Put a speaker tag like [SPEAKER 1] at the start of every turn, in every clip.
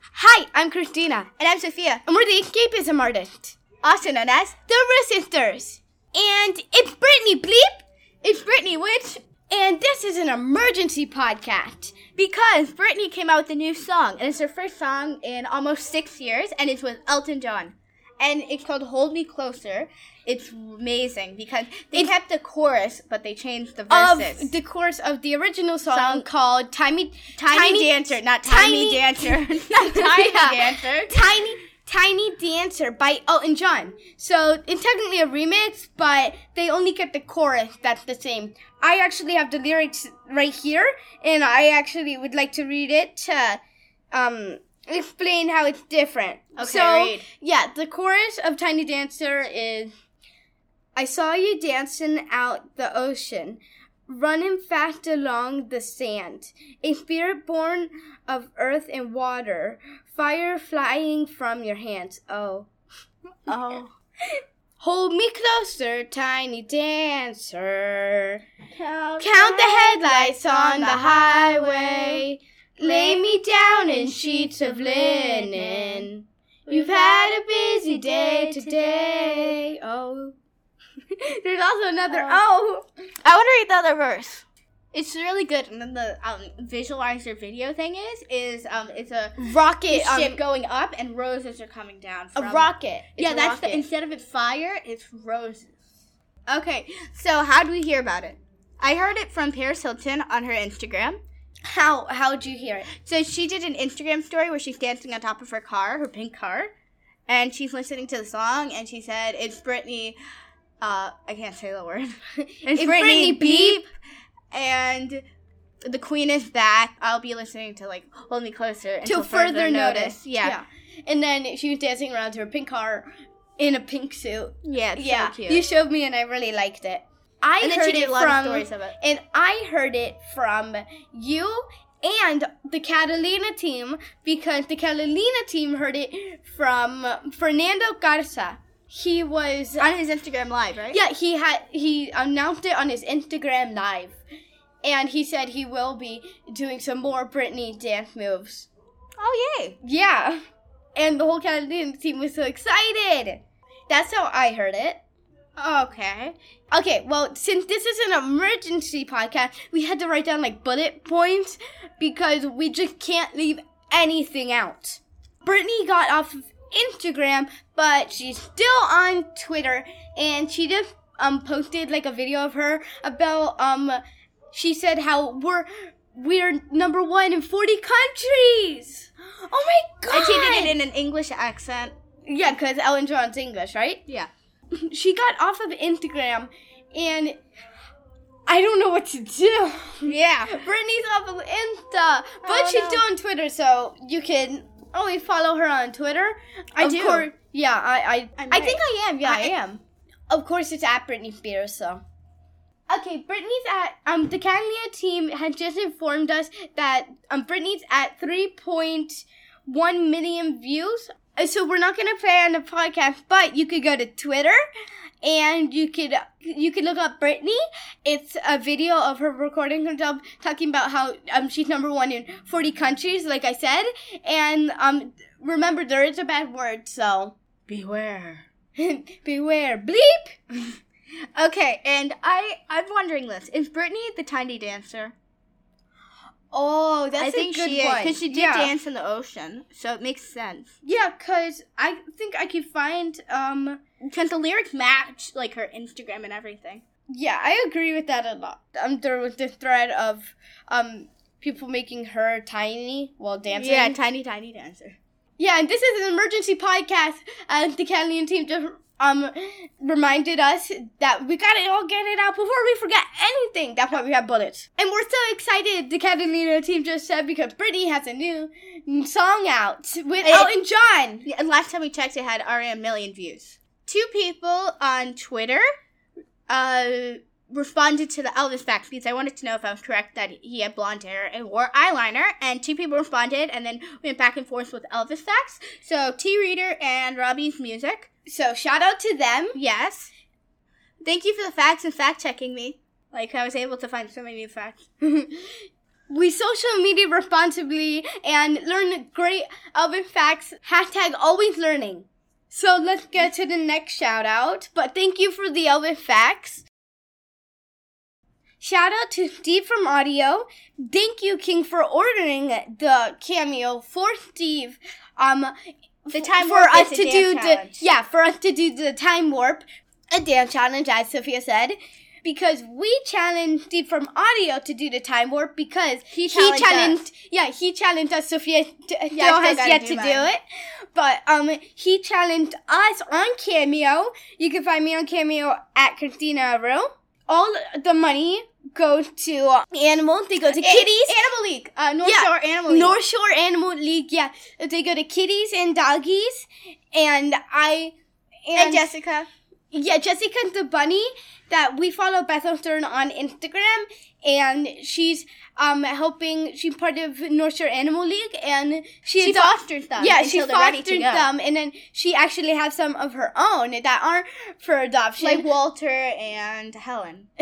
[SPEAKER 1] Hi, I'm Christina.
[SPEAKER 2] And I'm Sophia.
[SPEAKER 1] And we're the escapism artists,
[SPEAKER 2] also known as
[SPEAKER 1] the Russ Sisters. And it's Brittany Bleep. It's Brittany Witch. And this is an emergency podcast because Brittany came out with a new song, and it's her first song in almost six years, and it's with Elton John. And it's called Hold Me Closer. It's amazing because they
[SPEAKER 2] It's-
[SPEAKER 1] kept the chorus, but they changed the
[SPEAKER 2] Of
[SPEAKER 1] verses.
[SPEAKER 2] the course of the original song,
[SPEAKER 1] song called Tiny
[SPEAKER 2] Tiny, Dancer, not Tiny,
[SPEAKER 1] Tiny-
[SPEAKER 2] Dancer, not Tiny
[SPEAKER 1] Yeah.
[SPEAKER 2] Dancer.
[SPEAKER 1] Tiny Tiny Dancer by Elton John. So it's technically a remix, but they only get the chorus that's the same. I actually have the lyrics right here, and I actually would like to read it to um, explain how it's different.
[SPEAKER 2] Okay,
[SPEAKER 1] so,
[SPEAKER 2] read.
[SPEAKER 1] yeah, the chorus of Tiny Dancer is I saw you dancing out the ocean, running fast along the sand, a spirit born of earth and water, fire flying from your hands. Oh.
[SPEAKER 2] Oh,
[SPEAKER 1] Hold me closer, tiny dancer.
[SPEAKER 2] count,
[SPEAKER 1] Count the headlights on the
[SPEAKER 2] highway.
[SPEAKER 1] highway. Lay me down in sheets of linen. You've had a busy day today. Oh. There's also another oh.
[SPEAKER 2] I want to read the other verse.
[SPEAKER 1] It's really good. And then the um, visualizer video thing is is um it's a rocket ship um, going up and roses are coming down. From
[SPEAKER 2] rocket.
[SPEAKER 1] Yeah, that's the, instead of it fire, it's roses. Okay, so how do we hear about it?
[SPEAKER 2] I heard it from Paris Hilton on her Instagram.
[SPEAKER 1] How how would you hear it?
[SPEAKER 2] So she did an Instagram story where she's dancing on top of her car, her pink car, and she's listening to the song, and she said, "It's Britney." Uh, I can't say the word. it's,
[SPEAKER 1] It's
[SPEAKER 2] Britney,
[SPEAKER 1] Britney
[SPEAKER 2] Beep, and the Queen is back. I'll be listening to like Hold Me Closer until further notice. Yeah,
[SPEAKER 1] And then she was dancing around to her pink car in a pink suit.
[SPEAKER 2] yeah, it's
[SPEAKER 1] yeah.
[SPEAKER 2] so cute.
[SPEAKER 1] You showed me and I really liked it. I
[SPEAKER 2] and then
[SPEAKER 1] heard
[SPEAKER 2] she did
[SPEAKER 1] it
[SPEAKER 2] a lot
[SPEAKER 1] from
[SPEAKER 2] of stories of it.
[SPEAKER 1] and I heard it from you and the Catalina team because the Catalina team heard it from Fernando Garza. He was
[SPEAKER 2] on his Instagram live, right?
[SPEAKER 1] yeah, he had he announced it on his Instagram live. And he said he will be doing some more Britney dance moves.
[SPEAKER 2] Oh yay!
[SPEAKER 1] Yeah. And the whole Catalina team was so excited. That's how I heard it.
[SPEAKER 2] Okay.
[SPEAKER 1] Okay, well, since this is an emergency podcast, we had to write down like bullet points because we just can't leave anything out. Brittany got off of Instagram, but she's still on Twitter, and she just um posted like a video of her about um she said how we're we're number one in forty countries. Oh my god!
[SPEAKER 2] And she did it in an English accent.
[SPEAKER 1] yeah, because Ellen John's English, right?
[SPEAKER 2] Yeah.
[SPEAKER 1] she got off of Instagram and I don't know what to do.
[SPEAKER 2] Yeah.
[SPEAKER 1] Brittany's off of Insta, but
[SPEAKER 2] Oh,
[SPEAKER 1] she's
[SPEAKER 2] no.
[SPEAKER 1] still on Twitter, so you can always follow her on Twitter.
[SPEAKER 2] I
[SPEAKER 1] Of
[SPEAKER 2] do.
[SPEAKER 1] cour- yeah, I I,
[SPEAKER 2] I
[SPEAKER 1] I,
[SPEAKER 2] might.
[SPEAKER 1] think I am. Yeah, I,
[SPEAKER 2] I-
[SPEAKER 1] am. Of course, it's at Brittany Spears, so. Okay, Brittany's at um the Catalina team had just informed us that um Brittany's at three point one million views. Uh, So we're not gonna play on the podcast, but you could go to Twitter and you could you could look up Brittany. It's a video of her recording herself talking about how um she's number one in forty countries, like I said. And um remember there is a bad word, so
[SPEAKER 2] Beware.
[SPEAKER 1] beware. Bleep
[SPEAKER 2] Okay, and I I'm wondering this: Is Brittany the tiny dancer?
[SPEAKER 1] Oh, that's
[SPEAKER 2] I think
[SPEAKER 1] a good
[SPEAKER 2] she is
[SPEAKER 1] one.
[SPEAKER 2] because she did
[SPEAKER 1] yeah.
[SPEAKER 2] dance in the ocean, so it makes sense.
[SPEAKER 1] Yeah, cause I think I could find. Um,
[SPEAKER 2] Because the lyrics match like her Instagram and everything.
[SPEAKER 1] yeah, I agree with that a lot. Um, there was the thread of um people making her tiny while dancing.
[SPEAKER 2] Yeah, tiny tiny dancer.
[SPEAKER 1] yeah, and this is an emergency podcast. Uh, the Catalan team just um reminded us that we gotta all get it out before we forget anything. That's why we have bullets, and we're so excited. The Catalina team just said because Britney has a new song out with
[SPEAKER 2] Hey.
[SPEAKER 1] Elton John.
[SPEAKER 2] Yeah, and last time we checked, it had already a million views. Two people on Twitter uh, responded to the Elvis fact because I wanted to know if I was correct that he had blonde hair and wore eyeliner. And two people responded, and then went back and forth with Elvis facts. So T Reader and Robbie's music.
[SPEAKER 1] So shout out to them.
[SPEAKER 2] Yes. Thank you for the facts and fact checking me. Like I was able to find so many new facts.
[SPEAKER 1] We social media responsibly and learn great oven facts. Hashtag always learning. So let's get to the next shout out. But thank you for the oven facts. Shout out to Steve from Audio. Thank you, King, for ordering the cameo for Steve. Um,
[SPEAKER 2] The
[SPEAKER 1] f-
[SPEAKER 2] Time
[SPEAKER 1] for
[SPEAKER 2] Warp
[SPEAKER 1] us
[SPEAKER 2] is
[SPEAKER 1] to
[SPEAKER 2] a
[SPEAKER 1] do
[SPEAKER 2] dance
[SPEAKER 1] the
[SPEAKER 2] challenge.
[SPEAKER 1] yeah for us to do the time warp, a dance challenge, as Sophia said, because we challenged Steve from Audio to do the time warp because he
[SPEAKER 2] challenged
[SPEAKER 1] yeah he challenged us. Sophia d-
[SPEAKER 2] Yeah, I
[SPEAKER 1] still
[SPEAKER 2] still
[SPEAKER 1] has
[SPEAKER 2] gotta
[SPEAKER 1] yet
[SPEAKER 2] do
[SPEAKER 1] to do
[SPEAKER 2] mine.
[SPEAKER 1] it, but um he challenged us on Cameo. You can find me on Cameo at Christina Rowe all the money goes to animals. They go to kitties.
[SPEAKER 2] Animal League. Uh, North
[SPEAKER 1] Yeah.
[SPEAKER 2] Shore Animal League.
[SPEAKER 1] North Shore Animal League. Yeah, they go to kitties and doggies. And I and,
[SPEAKER 2] and Jessica.
[SPEAKER 1] yeah, Jessica the bunny that we follow Bethel Stern on Instagram, and she's um helping. She's part of North Shore Animal League, and she's
[SPEAKER 2] She fosters them.
[SPEAKER 1] yeah,
[SPEAKER 2] until
[SPEAKER 1] she
[SPEAKER 2] they're ready to
[SPEAKER 1] fostered
[SPEAKER 2] go.
[SPEAKER 1] them, and then she actually has some of her own that aren't for adoption.
[SPEAKER 2] Like Walter and Helen.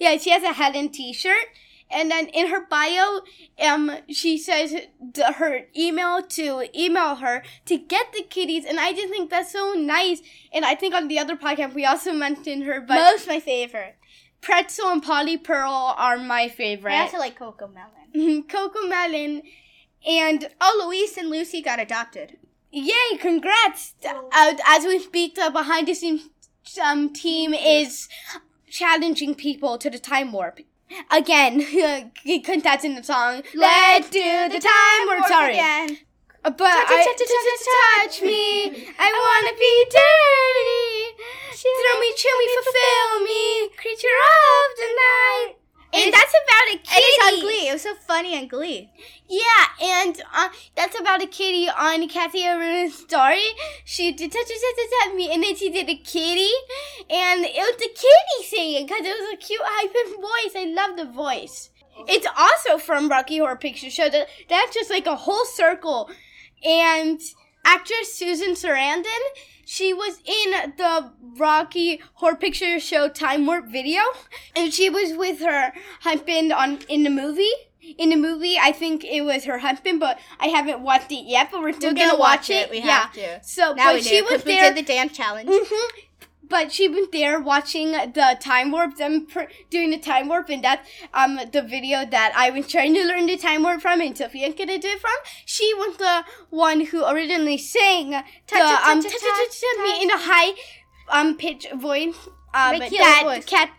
[SPEAKER 1] yeah, she has a Helen T-shirt, and then in her bio, um, she says the, her email to email her to get the kitties, and I just think that's so nice. And I think on the other podcast we also mentioned her, but
[SPEAKER 2] Most my favorite.
[SPEAKER 1] Pretzel and Polly Pearl are my
[SPEAKER 2] I
[SPEAKER 1] favorite.
[SPEAKER 2] also like Coco Melon.
[SPEAKER 1] Mhm, Coco Melon, and
[SPEAKER 2] Oh, Luis and Lucy got adopted.
[SPEAKER 1] Yay, congrats! Uh, as we speak, the behind the scenes um, team is challenging people to the time warp. Again, couldn't that's in the song. Let's do the time warp. Sorry.
[SPEAKER 2] Again.
[SPEAKER 1] Uh, But I, touch me, I wanna be dirty. Throw me, chill me, fulfill me, creature of the night. And that's about a kitty.
[SPEAKER 2] And it's on Glee. It was so funny on Glee.
[SPEAKER 1] Yeah, and uh, that's about a kitty on Kathy Aruna's story. She did touch touch touch touch me, and then she did a kitty, and it was the kitty singing because it was a cute hyphen voice. I love the voice. It's also from Rocky Horror Picture Show. That that's just like a whole circle. And actress Susan Sarandon, she was in the Rocky Horror Picture Show Time Warp video, and she was with her husband on in the movie. In the movie, I think it was her husband, but I haven't watched it yet. But we're still
[SPEAKER 2] We're
[SPEAKER 1] gonna, watch, it.
[SPEAKER 2] We
[SPEAKER 1] yeah.
[SPEAKER 2] have to.
[SPEAKER 1] So,
[SPEAKER 2] Now
[SPEAKER 1] but
[SPEAKER 2] we do,
[SPEAKER 1] she
[SPEAKER 2] 'cause
[SPEAKER 1] was
[SPEAKER 2] we
[SPEAKER 1] there.
[SPEAKER 2] did the dance challenge.
[SPEAKER 1] Mhm. But she was there watching the time warp, them pr- doing the time warp, and that's um the video that I was trying to learn the time warp from, and Sophia could do it from. She was the one who originally sang the um
[SPEAKER 2] touch,
[SPEAKER 1] touch, touch,
[SPEAKER 2] touch,
[SPEAKER 1] touch
[SPEAKER 2] touch.
[SPEAKER 1] me in a high um pitch voice. Um,
[SPEAKER 2] Make your
[SPEAKER 1] that
[SPEAKER 2] voice.
[SPEAKER 1] cat,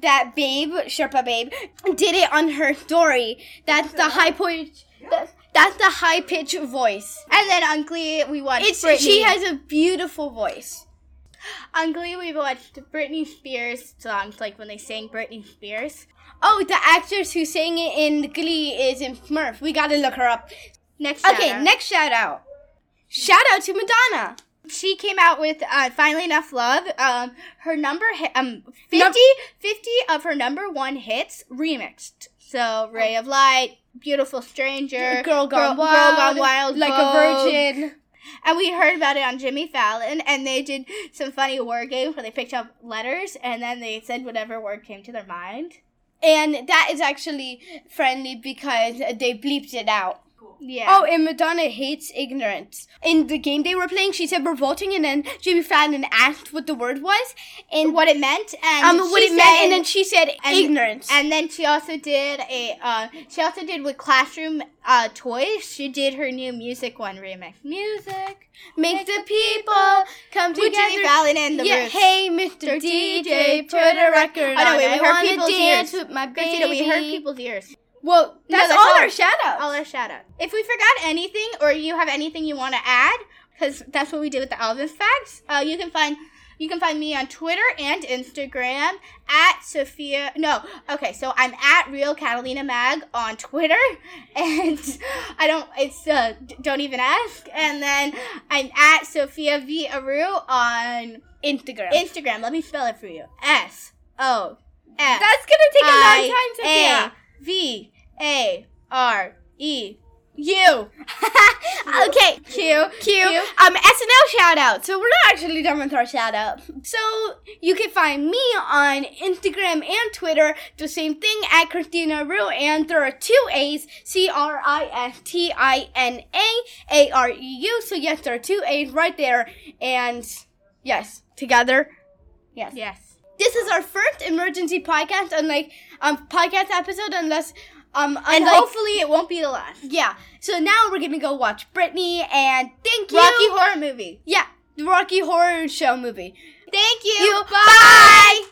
[SPEAKER 1] that babe, Sherpa babe, did it on her story. That's the high pitch. That's, that's the high pitch voice.
[SPEAKER 2] And then on Glee, we watched
[SPEAKER 1] It's
[SPEAKER 2] Britney.
[SPEAKER 1] she has a beautiful voice.
[SPEAKER 2] on Glee, we watched Britney Spears songs, like when they sang Britney Spears.
[SPEAKER 1] Oh, the actress who sang it in Glee is in Smurf. We gotta look her up.
[SPEAKER 2] Next,
[SPEAKER 1] Okay,
[SPEAKER 2] shout-out.
[SPEAKER 1] next shout out. Shout out to Madonna.
[SPEAKER 2] she came out with uh, "Finally Enough Love." Um, her number, hi- um, 50,
[SPEAKER 1] Num-
[SPEAKER 2] 50 of her number one hits remixed. So, "Ray of Light," "Beautiful Stranger,"
[SPEAKER 1] Oh. Girl Gone
[SPEAKER 2] Girl
[SPEAKER 1] Wild,
[SPEAKER 2] Gone Wild,"
[SPEAKER 1] like
[SPEAKER 2] Vogue.
[SPEAKER 1] a virgin.
[SPEAKER 2] And we heard about it on Jimmy Fallon, and they did some funny word games where they picked up letters and then they said whatever word came to their mind.
[SPEAKER 1] And that is actually friendly because they bleeped it out.
[SPEAKER 2] Yeah.
[SPEAKER 1] Oh, and Madonna hates ignorance. In the game they were playing, she said revolting, and then Jimmy Fallon asked what the word was and
[SPEAKER 2] what it meant and
[SPEAKER 1] um what
[SPEAKER 2] she
[SPEAKER 1] it meant,
[SPEAKER 2] said-
[SPEAKER 1] and then she said
[SPEAKER 2] and-
[SPEAKER 1] ignorance.
[SPEAKER 2] and then she also did a uh, she also did with classroom uh, toys. She did her new music one remix. Music
[SPEAKER 1] Make the people come
[SPEAKER 2] with
[SPEAKER 1] together.
[SPEAKER 2] Jimmy Fallon and the
[SPEAKER 1] yeah,
[SPEAKER 2] Roots.
[SPEAKER 1] hey, Mr. DJ, put a record
[SPEAKER 2] Oh, no,
[SPEAKER 1] on.
[SPEAKER 2] wait, we
[SPEAKER 1] I
[SPEAKER 2] heard
[SPEAKER 1] wanna
[SPEAKER 2] people's
[SPEAKER 1] dance
[SPEAKER 2] ears.
[SPEAKER 1] with my baby.
[SPEAKER 2] Christina, we heard people's ears.
[SPEAKER 1] Well, that's,
[SPEAKER 2] that's
[SPEAKER 1] all,
[SPEAKER 2] all.
[SPEAKER 1] our shout outs.
[SPEAKER 2] All our shout out. If we forgot anything or you have anything you want to add, because that's what we did with the Alvin facts. Uh, you can find you can find me on Twitter and Instagram at Sophia. No, okay, so I'm at Real Catalina Mag on Twitter, and I don't. It's uh, d- don't even ask. And then I'm at Sophia V Aru on
[SPEAKER 1] Instagram.
[SPEAKER 2] Instagram. Let me spell it for you. S O S.
[SPEAKER 1] that's going to take a long time,
[SPEAKER 2] I-
[SPEAKER 1] Sophia.
[SPEAKER 2] A V A R E U.
[SPEAKER 1] okay, Okay, Q, Q,
[SPEAKER 2] Q.
[SPEAKER 1] um, SNL shout out. So we're not actually done with our shout out. So you can find me on Instagram and Twitter, the same thing at Christina Rue, and there are two A's, C R I S T I N A A R E U. So yes, there are two A's right there, and yes, together, yes
[SPEAKER 2] Yes.
[SPEAKER 1] this is our first emergency podcast unlike um podcast episode unless um unlike,
[SPEAKER 2] And hopefully it won't be the last.
[SPEAKER 1] yeah so now we're gonna go watch Britney and thank you
[SPEAKER 2] Rocky Horror Movie.
[SPEAKER 1] yeah the Rocky Horror Show movie
[SPEAKER 2] Thank you.
[SPEAKER 1] You-
[SPEAKER 2] Bye.